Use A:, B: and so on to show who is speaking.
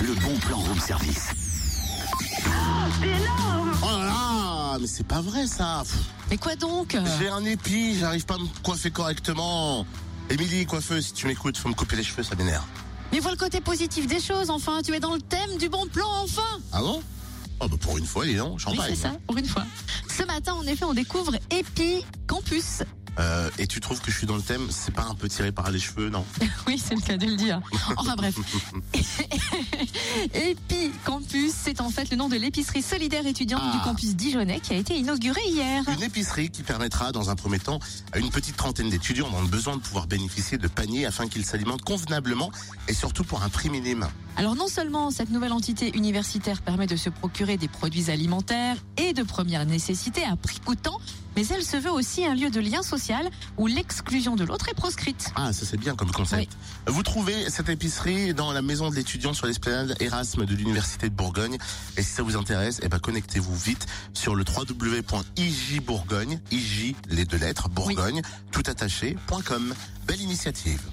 A: Le bon plan room service.
B: Oh là là, mais c'est pas vrai ça. Pff,
C: Mais quoi donc
B: J'ai un épi, j'arrive pas à me coiffer correctement. Émilie, coiffeuse, si tu m'écoutes, faut me couper les cheveux, ça m'énerve.
C: Mais vois le côté positif des choses, enfin. Tu es dans le thème du bon plan, enfin.
B: Ah bon Oh bah pour une fois, dis donc,
C: Oui,
B: champagne.
C: c'est ça, pour une fois. Ce matin, en effet, on découvre Epi Campus.
B: Euh, et tu trouves que je suis dans le thème, c'est pas un peu tiré par les cheveux, non
C: Oui, c'est le cas de le dire. Enfin bref. Epi Campus, c'est en fait le nom de l'épicerie solidaire étudiante
B: Ah.
C: du campus dijonnais qui a été inaugurée hier.
B: Une épicerie qui permettra, dans un premier temps, à une petite trentaine d'étudiants dans le besoin de pouvoir bénéficier de paniers afin qu'ils s'alimentent convenablement et surtout pour un prix minime.
C: Alors non seulement cette nouvelle entité universitaire permet de se procurer des produits alimentaires et de première nécessité à prix coûtant, mais elle se veut aussi un lieu de lien social où l'exclusion de l'autre est proscrite.
B: Ah, ça c'est bien comme concept. Vous trouvez cette épicerie dans la maison de l'étudiant sur l'esplanade Erasme de l'Université de Bourgogne. Et si ça vous intéresse, eh ben, connectez-vous vite sur le www.ijbourgogne, ij les deux lettres, bourgogne, tout attaché.com. Belle initiative.